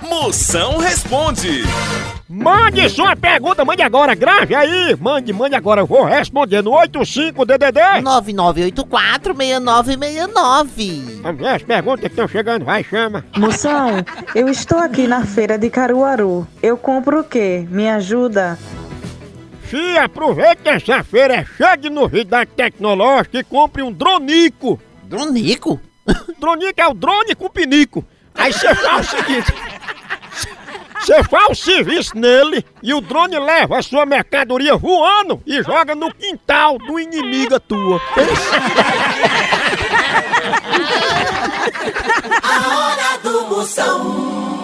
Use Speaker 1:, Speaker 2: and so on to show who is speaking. Speaker 1: Moção responde.
Speaker 2: Mande sua pergunta, mande agora, grave aí! Mande, mande agora, eu vou responder no 85DDD!
Speaker 3: 99846969.
Speaker 2: As perguntas que estão chegando, vai, chama!
Speaker 4: Moção, eu estou aqui na feira de Caruaru. Eu compro o quê? Me ajuda?
Speaker 2: Fia, aproveita essa feira, é chegue no Ridade Tecnológica e compre um dronico!
Speaker 3: Dronico?
Speaker 2: Dronico é o drone com pinico! Aí você faz o seguinte... Você faz o serviço nele e o drone leva a sua mercadoria voando e joga no quintal do inimiga tua.
Speaker 5: A hora do Moção.